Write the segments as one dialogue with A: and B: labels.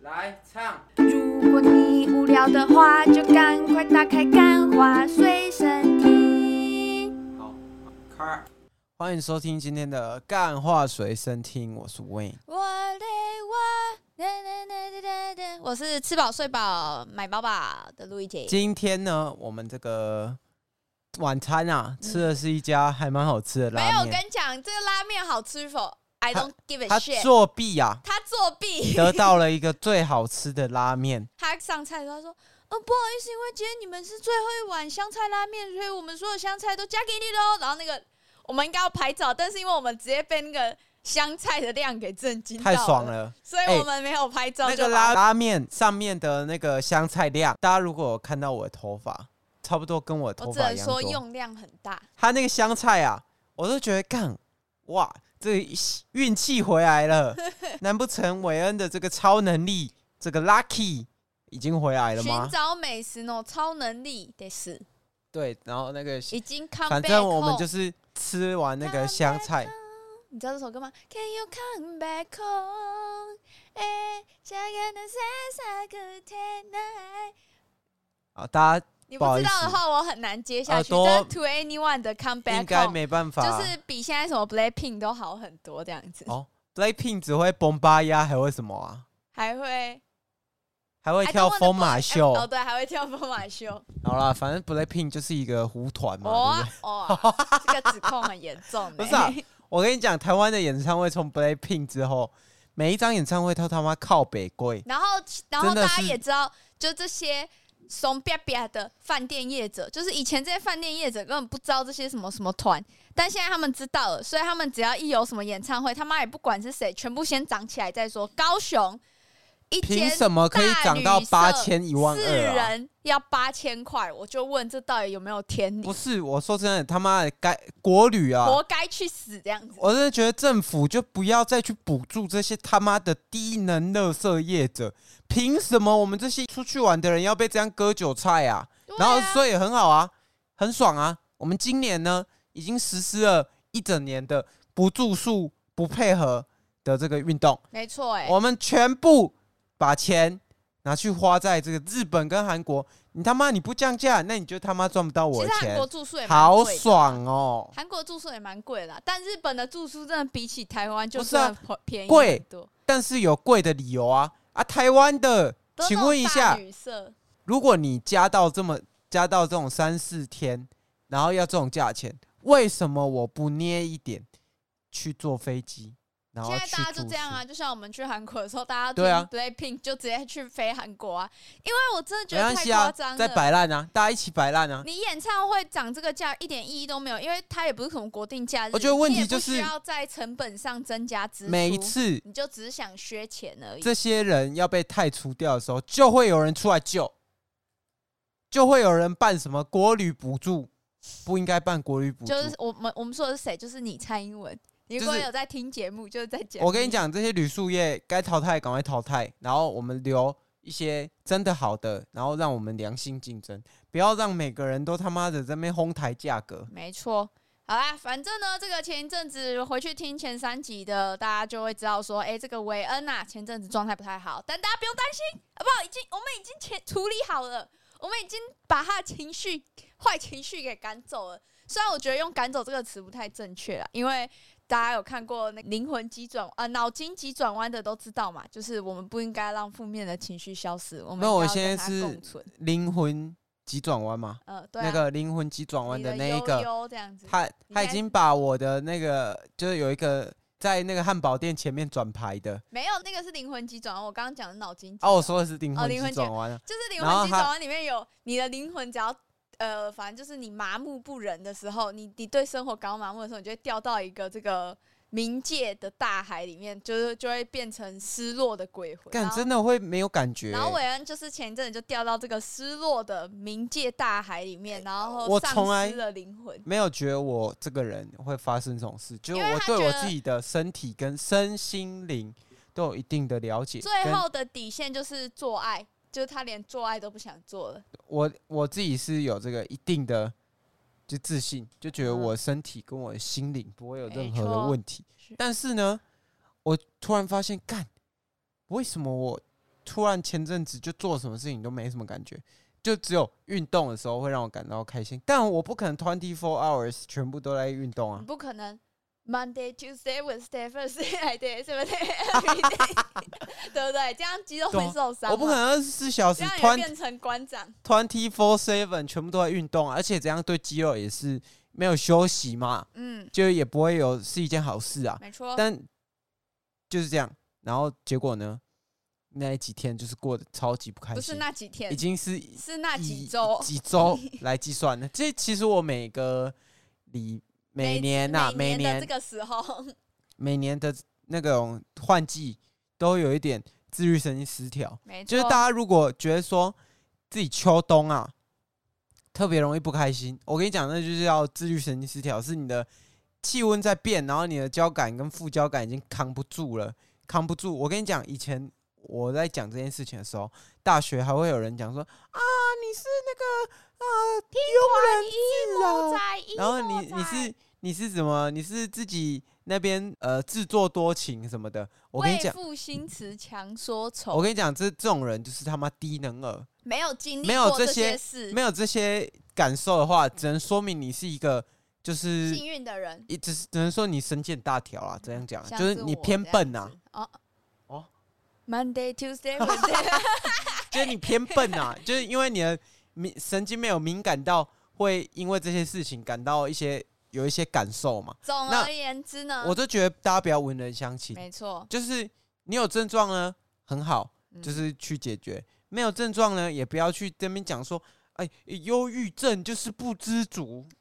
A: 来唱，
B: 如果你无聊的话，就赶快打开《干花随身听》。
A: 好，开。
C: 欢迎收听今天的《干话随身听》，我是 Wayne。
D: 我的我，哒哒哒哒哒哒我是吃饱睡饱买饱饱的陆一姐。
C: 今天呢，我们这个晚餐啊，吃的是一家还蛮好吃的
D: 没有，
C: 拉
D: 我跟
C: 面。
D: 你讲，这个拉面好吃否？I
C: 他
D: don't give a
C: 他
D: shit。
C: 作弊啊，
D: 他作弊，
C: 得到了一个最好吃的 拉面。
D: 他上菜的时候他说：“哦，不好意思，因为今天你们是最后一碗香菜拉面，所以我们所有香菜都加给你喽。”然后那个我们应该要拍照，但是因为我们直接被那个香菜的量给震惊，
C: 太爽，了！
D: 所以我们没有拍照
C: 哎那
D: 就
C: 个
D: 把。
C: 拉拉面上面的那个香菜量，大家如果有看到我的头发，差不多跟我的
D: 我
C: 头
D: 只
C: 发
D: 能
C: 一样
D: 说
C: 多。
D: 用量很大，
C: 他那个香菜啊，我都觉得干哇，这一运气回来了。难不成韦恩的这个超能力，这个 lucky 已经回来了吗
D: 寻？找美食呢，超能力得是。
C: 对，然后那个
D: 已经 come back
C: 反正我们就是是吃完那个香菜，。
D: 你知道这首歌吗？Can you come back home？哎，这个的三三个天奈。
C: 啊，大家
D: 你
C: 不
D: 不
C: 好意
D: 知
C: 思
D: 道的话，我很难接下去。
C: 耳朵
D: 这是 To Anyone 的 Come
C: 应
D: Back
C: 该
D: Home，
C: 没办法。
D: 就是比现在什么 Blackpink 都好很多这样子，
C: 哦，Blackpink 只会崩巴呀，还会什么啊？
D: 还会
C: 还会
D: 还
C: 跳疯马秀。
D: 哦对，还会跳疯马秀。
C: 好啦，反正 Blackpink 就是一个胡团嘛。对不
D: 哦
C: 对
D: 啊哦啊，这个指控很严重欸呢。
C: 不是啊，我跟你讲，台湾的演唱会从 Blackpink 之后，每一张演唱会都他妈靠北贵，
D: 然后，然后
C: 真的
D: 大家
C: 是
D: 也知道，就这些怂吧吧的饭店业者，就是以前这些饭店业者根本不知道这些什么什么团，但现在他们知道了，所以他们只要一有什么演唱会，他妈也不管是谁，全部先涨起来再说。高雄一
C: 凭
D: 间
C: 什么可以涨到
D: 大
C: 八
D: 旅社
C: 千一万
D: 四
C: 二啊？
D: 人要八千块，我就问这到底有没有天理
C: 不？是，我说真的，他妈的该国旅啊！
D: 活该去死这样子。
C: 我真的觉得政府就不要再去补助这些他妈的低能垃圾业者，凭什么我们这些出去玩的人要被这样割韭菜啊？
D: 对
C: 然后
D: 啊
C: 所以很好啊，很爽啊。我们今年呢已经实施了一整年的不住宿不配合的这个运动，
D: 没错，哎，
C: 我们全部把钱拿去花在这个日本跟韩国。你他妈你不降价，那你就他妈赚不到
D: 其
C: 我
D: 实
C: 的
D: 韩
C: 钱
D: 国，住宿也蛮
C: 好
D: 贵的啊
C: 爽哦！
D: 韩国住宿也蛮贵的啦，但日本的住宿真的比起台湾就
C: 不是啊
D: 真的便宜
C: 贵
D: 很多。
C: 但是有贵的理由啊啊！台湾的，
D: 都那
C: 请
D: 种
C: 问一下
D: 大，旅社
C: 如果你加到这么加到这种三四天，然后要这种价钱，为什么我不捏一点去坐飞机？然后
D: 现在
C: 去
D: 大家就
C: 住
D: 这样
C: 宿
D: 啊，，就像我们去韩国的时候，大家
C: 对啊
D: 听 Blackpink 就直接去飞韩国啊，因为我真的觉
C: 没
D: 得
C: 关
D: 太
C: 系
D: 夸
C: 啊
D: 张，
C: 在
D: 了。
C: 摆烂啊，大家一起摆烂啊。
D: 你演唱会涨这个价一点意义都没有，因为它也不是什么国定假日。
C: 我觉得问题
D: 你也不
C: 就是
D: 需要在成本上增加支出，
C: 每一次
D: 你就只是想削钱而已。
C: 这些人要被汰除掉的时候，就会有人出来救，就会有人办什么国旅补助，不应该办国旅补助。
D: 就是我们我们说的是谁，就是你蔡英文。你如果
C: 就是
D: 有在听节目，就是在讲。
C: 我跟你讲，这些旅宿业该淘汰赶快淘汰，然后我们留一些真的好的，然后让我们良性竞争，不要让每个人都他妈的在那边哄抬价格。
D: 没错。好啦，反正呢，这个前一阵子回去听前三集的，大家就会知道说，哎、这个韦恩啊，前阵子状态不太好，但大家不用担心，好不好？已经我们已经前处理好了，我们已经把他的情绪、坏情绪给赶走了。虽然我觉得用“赶走”这个词不太正确啦，因为大家有看过那个灵魂急转啊、脑筋急转弯的都知道嘛，就是我们不应该让负面的情绪消失，我们
C: 那我
D: 应该要
C: 现
D: 跟
C: 在
D: 它
C: 是
D: 共存。
C: 灵魂急转弯嘛，
D: 呃，对、啊，
C: 那个灵魂急转弯
D: 你
C: 那一
D: 悠
C: 个，
D: 悠这样子，
C: 他
D: 你
C: 他已
D: 应该
C: 经把我的那个就是有一个在那个汉堡店前面转牌的，
D: 没有，那个是灵魂急转弯。我刚刚讲的脑筋急转
C: 哦，
D: 弯
C: 我说的是灵
D: 哦
C: 魂
D: 灵魂
C: 急
D: 急
C: 转弯啊，
D: 就是灵
C: 然后
D: 魂急
C: 他
D: 转弯里面有你的灵魂，只要呃，反正就是你麻木不仁的时候，你你对生活感到麻木的时候，你就会掉到一个这个冥界的大海里面，就是就会变成失落的鬼魂。
C: 干
D: 然后
C: 真的会没有感觉欸、
D: 然后韦恩就是前一阵子就掉到这个失落的冥界大海里面，然后
C: 我从来
D: 丧失了灵魂。
C: 没有觉得我这个人会发生这种事，就是
D: 因为
C: 我
D: 他
C: 对
D: 觉
C: 我
D: 得
C: 自己的身体跟身心灵都有一定的了解。
D: 最
C: 跟
D: 后的底线就是做爱，就是他连做爱都不想做了。
C: 我我自己是有这个一定的就自信，就觉得
D: 嗯
C: 我身体跟我的心灵不会有任
D: 没
C: 何的
D: 错
C: 问题
D: 是。
C: 但是呢，我突然发现，干，为什么我突然前阵子就做什么事情都没什么感觉，就只有运动的时候会让我感到开心。但我不可能 twenty four hours 全部都在运动啊
D: 你。不可能。Monday, Tuesday, Wednesday, Thursday, Friday, Saturday, Sunday，对 不对？这样肌肉
C: 对啊
D: 会受伤嘛，
C: 我不可能二十四小时
D: 这样也会
C: twenty
D: 变成馆长。
C: twenty four seven 全部都在运动、啊，而且这样对肌肉也是没有休息嘛，
D: 嗯，
C: 就也不会有是一件好事啊。
D: 没错。
C: 但就是这样，然后结果呢，那几天就是过得超级不开心，
D: 不是那几天
C: 已，经是
D: 是那
C: 以
D: 几周。
C: 几周来计算的。这其实我每个礼每年呐、每
D: 每
C: 年
D: 的这个时 候，
C: 每年的那种换季都有一点自律神经失调，
D: 没错，
C: 就是大家如果觉得说自己秋冬啊特别容易不开心，我跟你讲，那就是要自律神经失调，是你的气温在变，然后你的交感跟副交感已经扛不住了，扛不住。我跟你讲，以前我在讲这件事情的时候，大学还会有人讲说啊，你是那个啊庸人自扰，
D: 在意
C: 然后你你是你是什么？你是自己那边呃自作多情什么的。我跟你
D: 为
C: 讲，
D: 赋新词强说
C: 我
D: 愁，
C: 跟你讲，这这种人就是他妈低能儿。
D: 没有经历
C: 没有
D: 过
C: 这些
D: 些事
C: 没，有这些感受的话，只能说明你是一个就是
D: 幸运的 人，
C: 一只是只能说你神剑大条啦，这样讲啊
D: 像
C: 就是你
D: 我
C: 偏
D: 这样
C: 笨呐、
D: 子，。
C: 啊
D: 哦
C: 哦
D: ，Monday, Tuesday, Wednesday，
C: 就是你偏笨 呐、啊，就是因为你的敏神经没有敏感到会因为这些事情感到一些有一些感受嘛。
D: 总
C: 那
D: 而言之呢，
C: 我就觉得大家不要文人相轻，
D: 嗯没错，
C: 就是你有症状呢很好，
D: 嗯
C: 就是去解决；没有症状呢，也不要去这边讲说，哎，忧郁症就是不知足。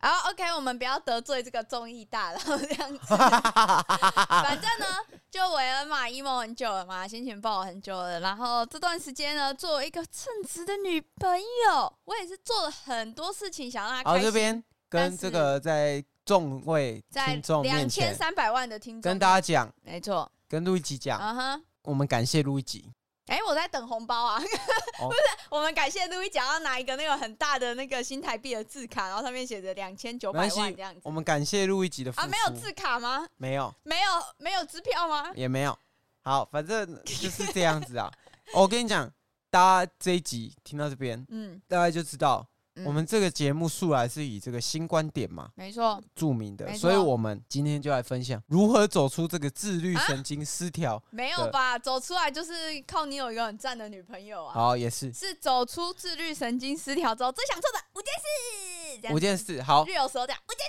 D: 然后 OK，我们不要得罪这个综艺大佬这样子。
C: 啊
D: 反正呢，就韦恩嘛，emo 很久了嘛，心情不好很久了。然后这段时间呢，作为一个称职的女朋友，我也是做了很多事情，想让她
C: 好，
D: 开
C: 这
D: 心。
C: 边
D: 但
C: 跟
D: 是
C: 这个在众位
D: 在
C: 听众面
D: 两千
C: 前
D: 三百万的听众，
C: 跟大家讲，
D: 没错，
C: 跟路易吉讲，
D: 嗯哼。
C: 我们感谢路易吉。
D: 哎、我在等红包啊！ 不
C: 哦
D: 是，我们感谢路易讲要拿一个那个很大的那个新台币的字卡，然后上面写着两千九百
C: 没关
D: 万
C: 系
D: 这样子
C: 我们感谢路易吉的付出。
D: 啊？没有字卡吗？
C: 没有，
D: 没有，没有支票吗？
C: 也没有。好，反 正就是这样子啊。我跟你讲，大家这一集听到这边，
D: 嗯，
C: 大家就知道。
D: 嗯
C: 我们这个节目素来是以这个新观点嘛
D: 没错，
C: 著名的，
D: 没错
C: 所以我们今天就来分享如何走出这个自律
D: 啊
C: 神经失调。
D: 没有吧？走出来就是靠你有一个很赞的女朋友啊，
C: 好，也是
D: 是走出自律神经失调之后最想做的五件事，这样
C: 五件事。好，
D: 略有所讲，五件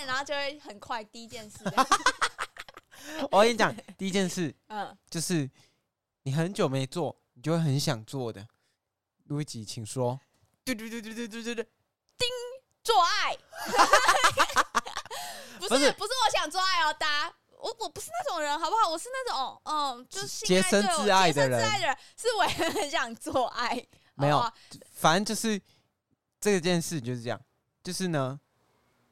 D: 事，然后就会很快第一件事，
C: 我跟你讲，第一件事
D: 嗯，
C: 就是你很久没做，你就会很想做的。路易吉，请说。
D: 对对对对对对对对，叮，做爱， 不是
C: 不
D: 不
C: 是
D: 是我想做爱哦，大家。我我不是那种人，好不好？我是那种，嗯，就是性
C: 洁
D: 爱对
C: 身
D: 我
C: 自爱
D: 洁身
C: 的
D: 自
C: 人
D: 爱的人，是我很想做爱，
C: 没有
D: 好不好
C: 反正就是这件事就是这样，就是呢，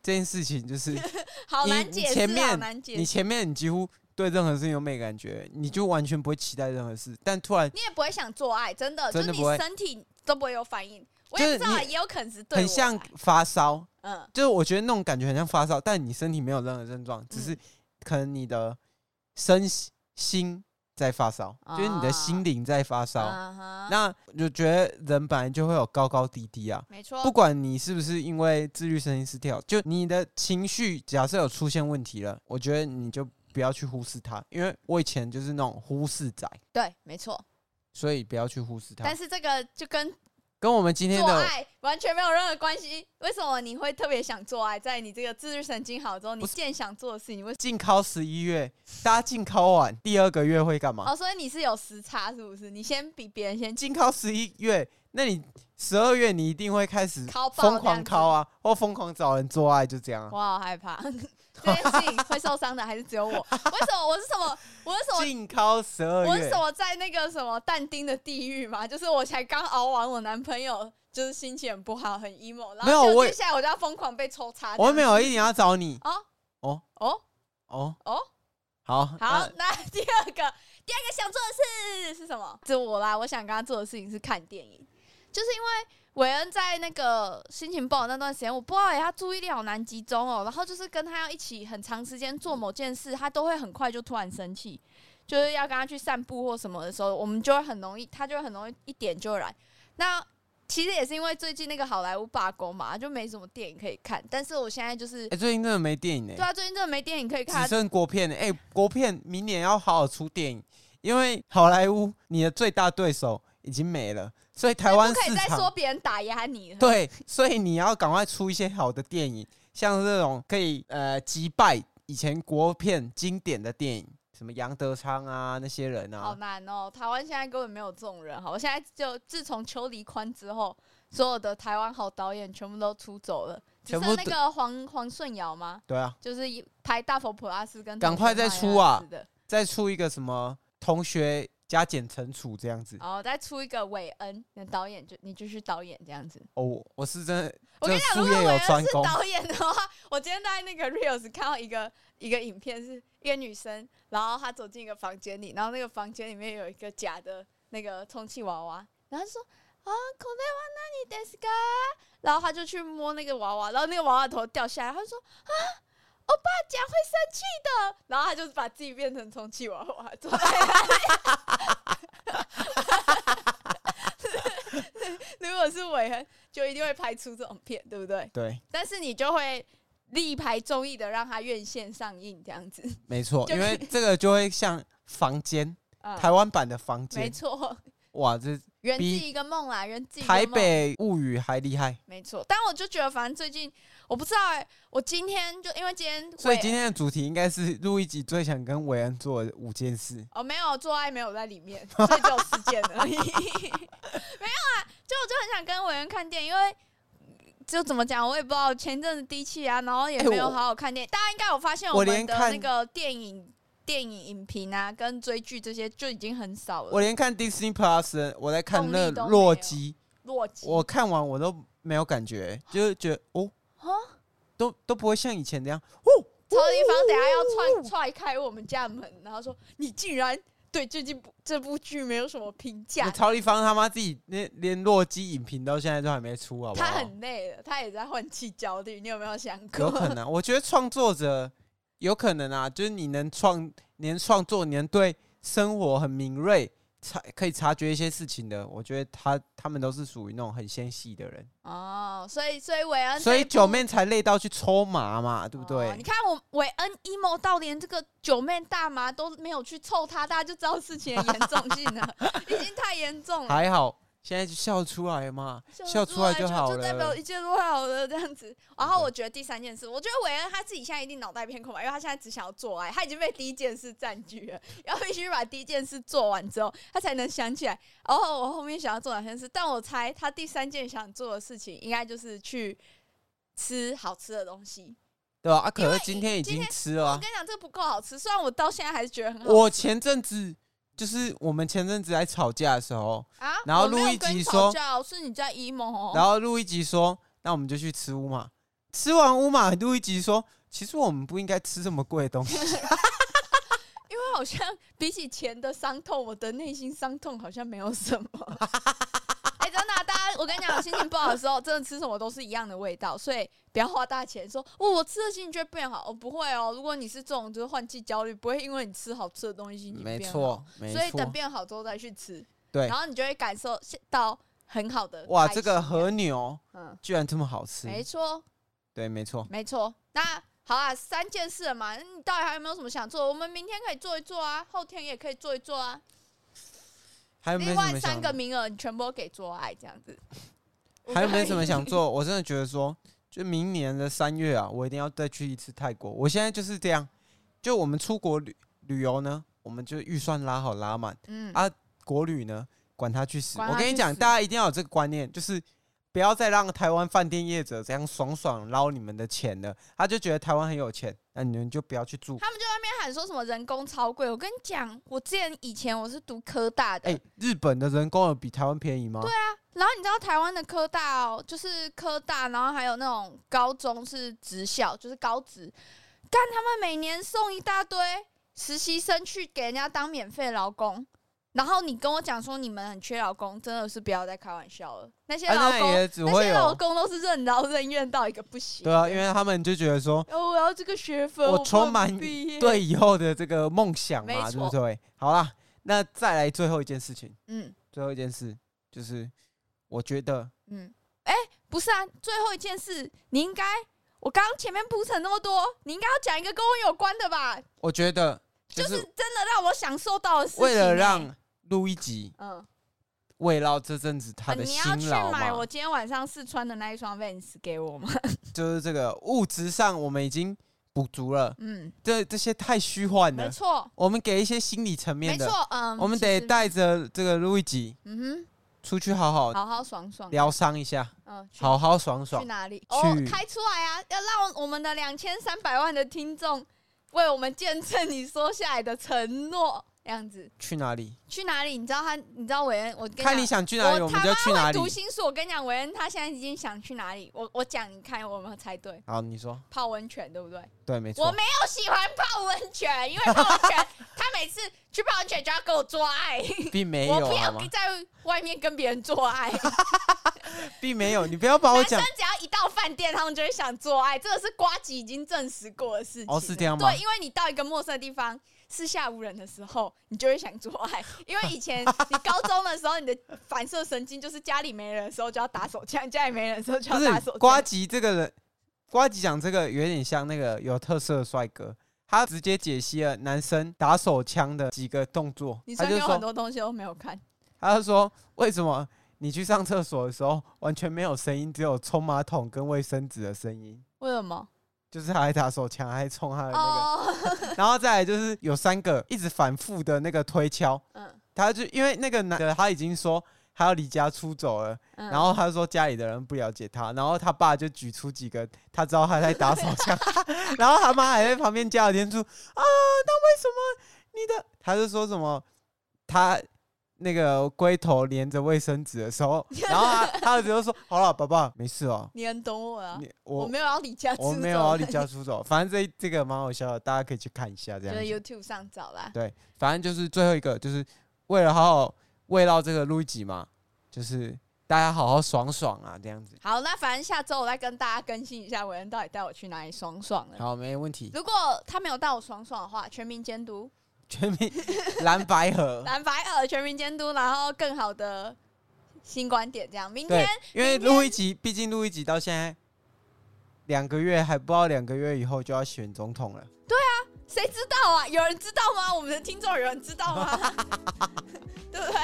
C: 这件事情就是
D: 好
C: 你
D: 难
C: 你
D: 解释，
C: 前
D: 好
C: 面
D: 难解
C: 你
D: 释，
C: 前面你几乎对任何事情都没感觉，你就完全不会期待任何事，但突然
D: 你也不会想做爱，真的，
C: 真的
D: 就是
C: 不会
D: 你身体都不会有反应。我
C: 就
D: 也
C: 是
D: 不知道啊，
C: 你
D: 也有可能是对我
C: 很像
D: 啦
C: 发烧，
D: 嗯，
C: 就是我觉得那种感觉很像发烧，但你身体没有任何症状，只是可能你的身心在发烧，就是你的心灵在发烧。
D: 嗯哼
C: 那我就觉得人本来就会有高高低低啊，
D: 没错，
C: 不管你是不是因为自律神经失调，就你的情绪假设有出现问题了，我觉得你就不要去忽视它，因为我以前就是那种忽视仔，
D: 对，没错。
C: 所以不要去忽视它
D: 但。是这个就跟
C: 跟我们今天
D: 做
C: 的
D: 爱完全没有任何关系。为什么你会特别想做爱？在你这个自律神经好之后，你
C: 不是
D: 见想做的事情，你会
C: 进考十一月，大家进考完第二个月会干嘛？
D: 哦，所以你是有时差是不是？你先比别人先
C: 进考十一月，那你十二月你一定会开始
D: 敲爆
C: 疯
D: 这样
C: 狂
D: 子
C: 考啊，或疯狂找人做爱，就这样
D: 我好
C: 啊。
D: 害怕， 这件事情会受伤的还是只有我？ 为什么我是什么？我是什么
C: 进考十二
D: 我是
C: 月
D: 什，么在那个什么但丁的地狱嘛？就是我才刚熬完，我男朋友就是心情很不好，很 emo，然
C: 没有
D: 后就
C: 我
D: 接下来我就要疯狂被抽插。
C: 我没有一定要找你
D: 哦
C: 哦
D: 哦
C: 哦。
D: 哦，
C: 好，
D: 好
C: 那，
D: 那第二个第二个想做的事是什么？是我啦，我想跟他做的事情是看电影，就是因为韦恩在那个心情不好那段时间，我不知道哎，他注意力好难集中哦，然后就是跟他要一起很长时间做某件事，他都会很快就突然生气。就是要跟他去散步或什么的时候，我们就会很容易，他就会很容易一点就来。那其实也是因为最近那个好莱坞罢工嘛，就没什么电影可以看。但是我现在就是，
C: 哎，最近真的没电影呢
D: 对，啊，最近真的没电影可以
C: 只
D: 看，
C: 剩国片呢。哎，国片明年要好好出电影，因为好莱坞你的最大对手已经没了，所以台湾
D: 哎不可
C: 市
D: 以再说
C: 场
D: 别人打压你了。
C: 对，所以你要赶快出一些好的电影，像这种可以呃击败以前国片经典的电影，什么杨德昌啊那些人
D: 好
C: 啊，
D: 难哦，台湾现在根本没有这种人。好，我现在就自从邱黎宽之后，所有的台湾好导演全部都出走了，只
C: 全部
D: 剩那
C: 都
D: 个黄黄顺尧吗？
C: 对啊，
D: 就是一拍《大佛普拉斯》跟《
C: 赶快再
D: 同学麦
C: 出啊
D: 亚斯的，
C: 再出一个什么同学加减乘除这样子。
D: 然哦后再出一个韦恩，那导演就你就是导演这样子。
C: 哦，我我是真的，
D: 我
C: 这
D: 跟你讲，
C: 术
D: 如果
C: 业
D: 韦
C: 有
D: 恩
C: 专
D: 是
C: 攻，
D: 导演的话，我今天在那个 reels 看到一个一个影片，是一个女生，然后她走进一个房间里，然后那个房间里面有一个假的那个充气娃娃，然后她说啊，口袋娃那里 d e s k 然后她就去摸那个娃娃，然后那个娃娃头掉下来，她就说啊，欧巴讲会生气的，然后她就把自己变成充气娃娃，坐在那里 如果是韦恩，就一定会拍出这种片，对不对？
C: 对，
D: 但是你就会力排众议的让它院线上映这样子。
C: 没错，
D: 就
C: 因
D: 可以
C: 为这个就会像房间，
D: 啊
C: 嗯台湾版的房
D: 没
C: 间，
D: 错，
C: 哇，这
D: 圆
C: 比
D: 寂一个梦啦，圆寂一个梦
C: 台北物语还厉害。
D: 没错。但我就觉得，反正最近我不知道哎、我今天就因为今天我
C: 所以
D: 也
C: 今天的主题应该是录一集最想跟韦恩做的五件事。
D: 哦，没有做爱没有在里面，所以只有事件而已。没有啊，就我就很想跟委员看电影，因为就怎么讲，我也不知道前阵子低气压，然后也
C: 哎
D: 没有
C: 我
D: 好好看电影。大家应该有发现
C: 我
D: 们
C: 连
D: 的
C: 看
D: 那个电影、电影影评啊，跟追剧这些就已经很少
C: 我
D: 了。
C: 连看 Disney Plus，我在看
D: 动力
C: 那
D: 都没
C: 洛
D: 有
C: 基，
D: 洛基，
C: 我看完我都没有感觉，就是觉得哦，
D: 啊
C: 都都不会像以前那样。哦，
D: 超级方等下要踹踹开我们家门，然后说你竟然对最近部这部剧没有什么评价，
C: 曹立芳他妈自己连连洛基影评到现在都还没出，好不好？
D: 他很累了，他也在换气焦虑，你有没有想过？
C: 有可能，我觉得创作者有可能啊，就是你能创，你能创作，你能对生活很敏锐，察可以察觉一些事情的。我觉得他他们都是属于那种很纤细的人，
D: 哦，所以所以韦恩这一部，
C: 所以九妹才累到去抽麻嘛，对不
D: 哦你
C: 对？
D: 看我韦恩 emo 到连这个九妹大麻都没有去凑他，大家就知道事情的严重性了， 已经太严重了。
C: 还好，现在就笑出来嘛，笑出来
D: 就
C: 好
D: 就代表
C: 了。
D: 一切都好了这样子。然后我觉得第三件事，我觉得韦恩他自己现在一定脑袋一片空白，因为他现在只想要做爱，他已经被第一件事占据了，要必须把第一件事做完之后，他才能想起来哦，我后面想要做哪件事。但我猜他第三件想做的事情，应该就是去吃好吃的东西。
C: 对啊，啊可
D: 因
C: 是
D: 为
C: 今天已
D: 今
C: 经
D: 天
C: 吃了啊、
D: 我跟你讲，这不够好吃，虽然我到现在还是觉得很好
C: 我前阵子就是我们前阵子在吵架的时候，
D: 啊。
C: 然后
D: 我没有
C: 录一
D: 跟你
C: 集
D: 吵
C: 说
D: 架哦是你在 emo，哦
C: 然后录一集说，那我们就去吃乌马。吃完乌马，录一集说，其实我们不应该吃这么贵的 东西。
D: 因为好像比起钱的伤痛，我的内心伤痛好像没有什么。 哎、真的啊、大家，我跟你讲，我心情不好的时候，真的吃什么都是一样的味道，所以不要花大钱说，哦，我吃了心情就会变好。哦，不会哦，如果你是这种就是换季焦虑，不会因为你吃好吃的东西心情
C: 没
D: 变好，
C: 错，没
D: 哦所以等
C: 错。
D: 变好之后再去吃，
C: 对
D: 然，后你就会感受到很好的
C: 哇，
D: 开
C: 这
D: 心
C: 个和牛
D: 嗯，
C: 居然这么好吃。
D: 没错，
C: 对，没错。
D: 没错。那好啊，三件事了嘛，那嗯你到底还有没有什么想做？我们明天可以做一做啊，后天也可以做一做啊。
C: 还有哎没有
D: 另
C: 什
D: 外
C: 么
D: 三
C: 想
D: 个？名额你全部都给做爱这样子。
C: 还有没有什么想做？我真的觉得说，就明年的三月啊，我一定要再去一次泰国。我现在就是这样，就我们出国旅旅游呢，我们就预算拉好拉满。
D: 嗯
C: 啊国旅呢，管他去死！
D: 管
C: 我
D: 他
C: 跟你
D: 去
C: 讲，
D: 死
C: 大家一定要有这个观念，就是不要再让台湾饭店业者这样爽爽捞你们的钱了。他就觉得台湾很有钱，那你们就不要去住。
D: 他们就在那边喊说什么人工超贵，我跟你讲，我之前以前我是读科大的，
C: 哎、日本的人工有比台湾便宜吗？对啊，
D: 然后你知道台湾的科大哦，就是科大，然后还有那种高中是职校，就是高职，干他们每年送一大堆实习生去给人家当免费劳工，然后你跟我讲说你们很缺老公，真的是不要再开玩笑了。那些
C: 啊，
D: 老
C: 那
D: 公，
C: 也只
D: 那
C: 会
D: 些老
C: 有
D: 公都是任劳任怨到一个不行。
C: 对啊，因为他们就觉得说，
D: 哦，我要这个学分，
C: 我
D: 我不能
C: 充满
D: 不毕业。
C: 对，以后的这个梦想
D: 没
C: 嘛，对
D: 错
C: 不对？好啦，那再来最后一件事情，
D: 嗯
C: 最后一件事就是，我觉得
D: 嗯，哎、不是啊，最后一件事，你应该，我刚刚前面铺陈那么多，你应该要讲一个跟我有关的吧？
C: 我觉得就
D: 就是
C: 是
D: 真的让我享受到的事情、
C: 为了
D: 哎
C: 让录一集，
D: 嗯，
C: 慰劳这阵子他
D: 啊
C: 的
D: 你要
C: 辛
D: 去
C: 劳
D: 买我
C: 嘛，
D: 今天晚上试穿的那一双 Vans 给我吗？
C: 就是这个物质上我们已经补足了，
D: 嗯，
C: 这这些太虚幻
D: 没
C: 了，
D: 错，
C: 我们给一些心理层
D: 没
C: 面的
D: 错，，嗯，
C: 我们
D: 其
C: 得
D: 实，
C: 带着这个录一集
D: 嗯
C: 出去好
D: 哼，
C: 好
D: 好好爽爽，
C: 疗伤一下，
D: 嗯，去
C: 好好爽爽
D: 去。哪里？哦
C: 去，
D: 开出来啊，要让我们的两千三百万的听众为我们见证你说下来的承诺，这样子。
C: 去哪里？
D: 去哪里？你知道他，你知道韦恩，我跟
C: 看你
D: 你
C: 想去哪里，
D: 我
C: 我们
D: 他
C: 就去
D: 讲，
C: 哪里
D: 读。心术。我跟你讲，韦恩他现在已经想去哪里。我我讲，你看我有没有猜对？
C: 好，你说
D: 泡温泉，对不对？
C: 对，没错
D: 我。没有喜欢泡温泉，因为泡温 泉，他每次去泡温泉就要跟我做爱，
C: 并没
D: 我
C: 有啊
D: 不
C: 好
D: 要
C: 吗？
D: 在外面跟别人做爱。
C: 并没有，你不要把我
D: 男生
C: 讲
D: 只要一到饭店，他们就会想做爱，这个是瓜吉已经证实过的事情了。
C: 哦是这样吗
D: 对，因为你到一个陌生的地方，四下无人的时候，你就会想做 爱。因为以前你高中的时候，你的反射神经就是家里没人的时候就要打手枪，家里没人的时候就
C: 不
D: 要
C: 是
D: 打手
C: 瓜
D: 枪。
C: 吉这个人，瓜吉讲这个有点像那个有特色的帅哥，他直接解析了男生打手枪的几个动作
D: 你，
C: 他
D: 身
C: 就
D: 边有很多
C: 说，
D: 东西都没有看，
C: 他就说为什么你去上厕所的时候完全没有声音，只有冲马桶跟卫生纸的声音。
D: 为什么？
C: 就是他还打手枪，还冲他的 那
D: 哦，
C: 个，然后再来就是有三个一直反复的那个推敲，
D: 嗯
C: 他就因为那个男的他已经说他要离家出走了，
D: 嗯，
C: 然后他说家里的人不了解他，然后他爸就举出几个他知道他在打手枪， 然后他妈还在旁边加油添醋啊，那为什么你的？他就说什么他那个龟头连着卫生纸的时 候，然后他他儿子就说好了，爸爸没事哦，
D: 你很懂 我啊，
C: 你
D: 我
C: 我
D: 没有要离家出走，
C: 我没有要离家出走，反正这这个蛮好笑的，大家可以去看一下
D: 就
C: 这样
D: 是
C: 子。
D: YouTube 上找啦。
C: 对，反正就是最后一个，就是为了好好慰劳这个路易吉嘛，就是大家好好爽爽啊这样子。
D: 好，那反正下周我再跟大家更新一下韦恩到底带我去哪里爽爽了。
C: 好，没问题。
D: 如果他没有带我爽爽的话，全民监督
C: 全民蓝白河，
D: 蓝白耳，全民监督，然后更好的新观点，这样明
C: 对
D: 天，
C: 因为
D: 明天
C: 录一集，毕竟录一集到现在两个月，还不知道两个月以后就要选总统了。
D: 谁知道啊？有人知道吗？我们的听众有人知道吗？ 对不对？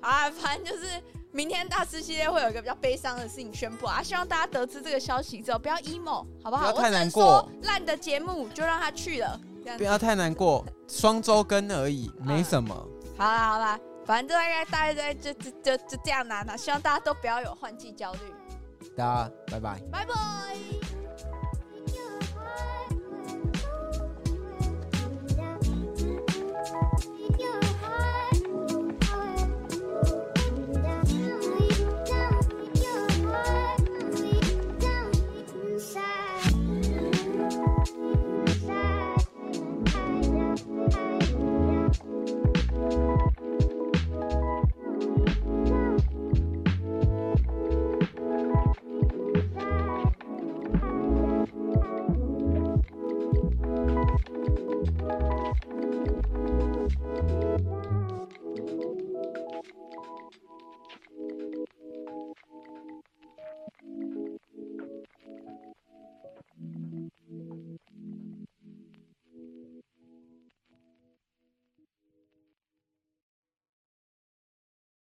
D: 好啊，反正就是明天大师系列会有一个比较悲伤的事情宣布啊，希望大家得知这个消息之后不要 emo，好不
C: 不
D: 好？
C: 要
D: 我
C: 太
D: 只能
C: 难
D: 说
C: 过
D: 烂的节目就让他去了，这样子。
C: 不要太难过，双周更而已，
D: 嗯
C: 没什么。
D: 好啦好啦，反正就大概大概就就就就这样啦、那希望大家都不要有换季焦虑，
C: 大家拜拜。
D: 拜拜。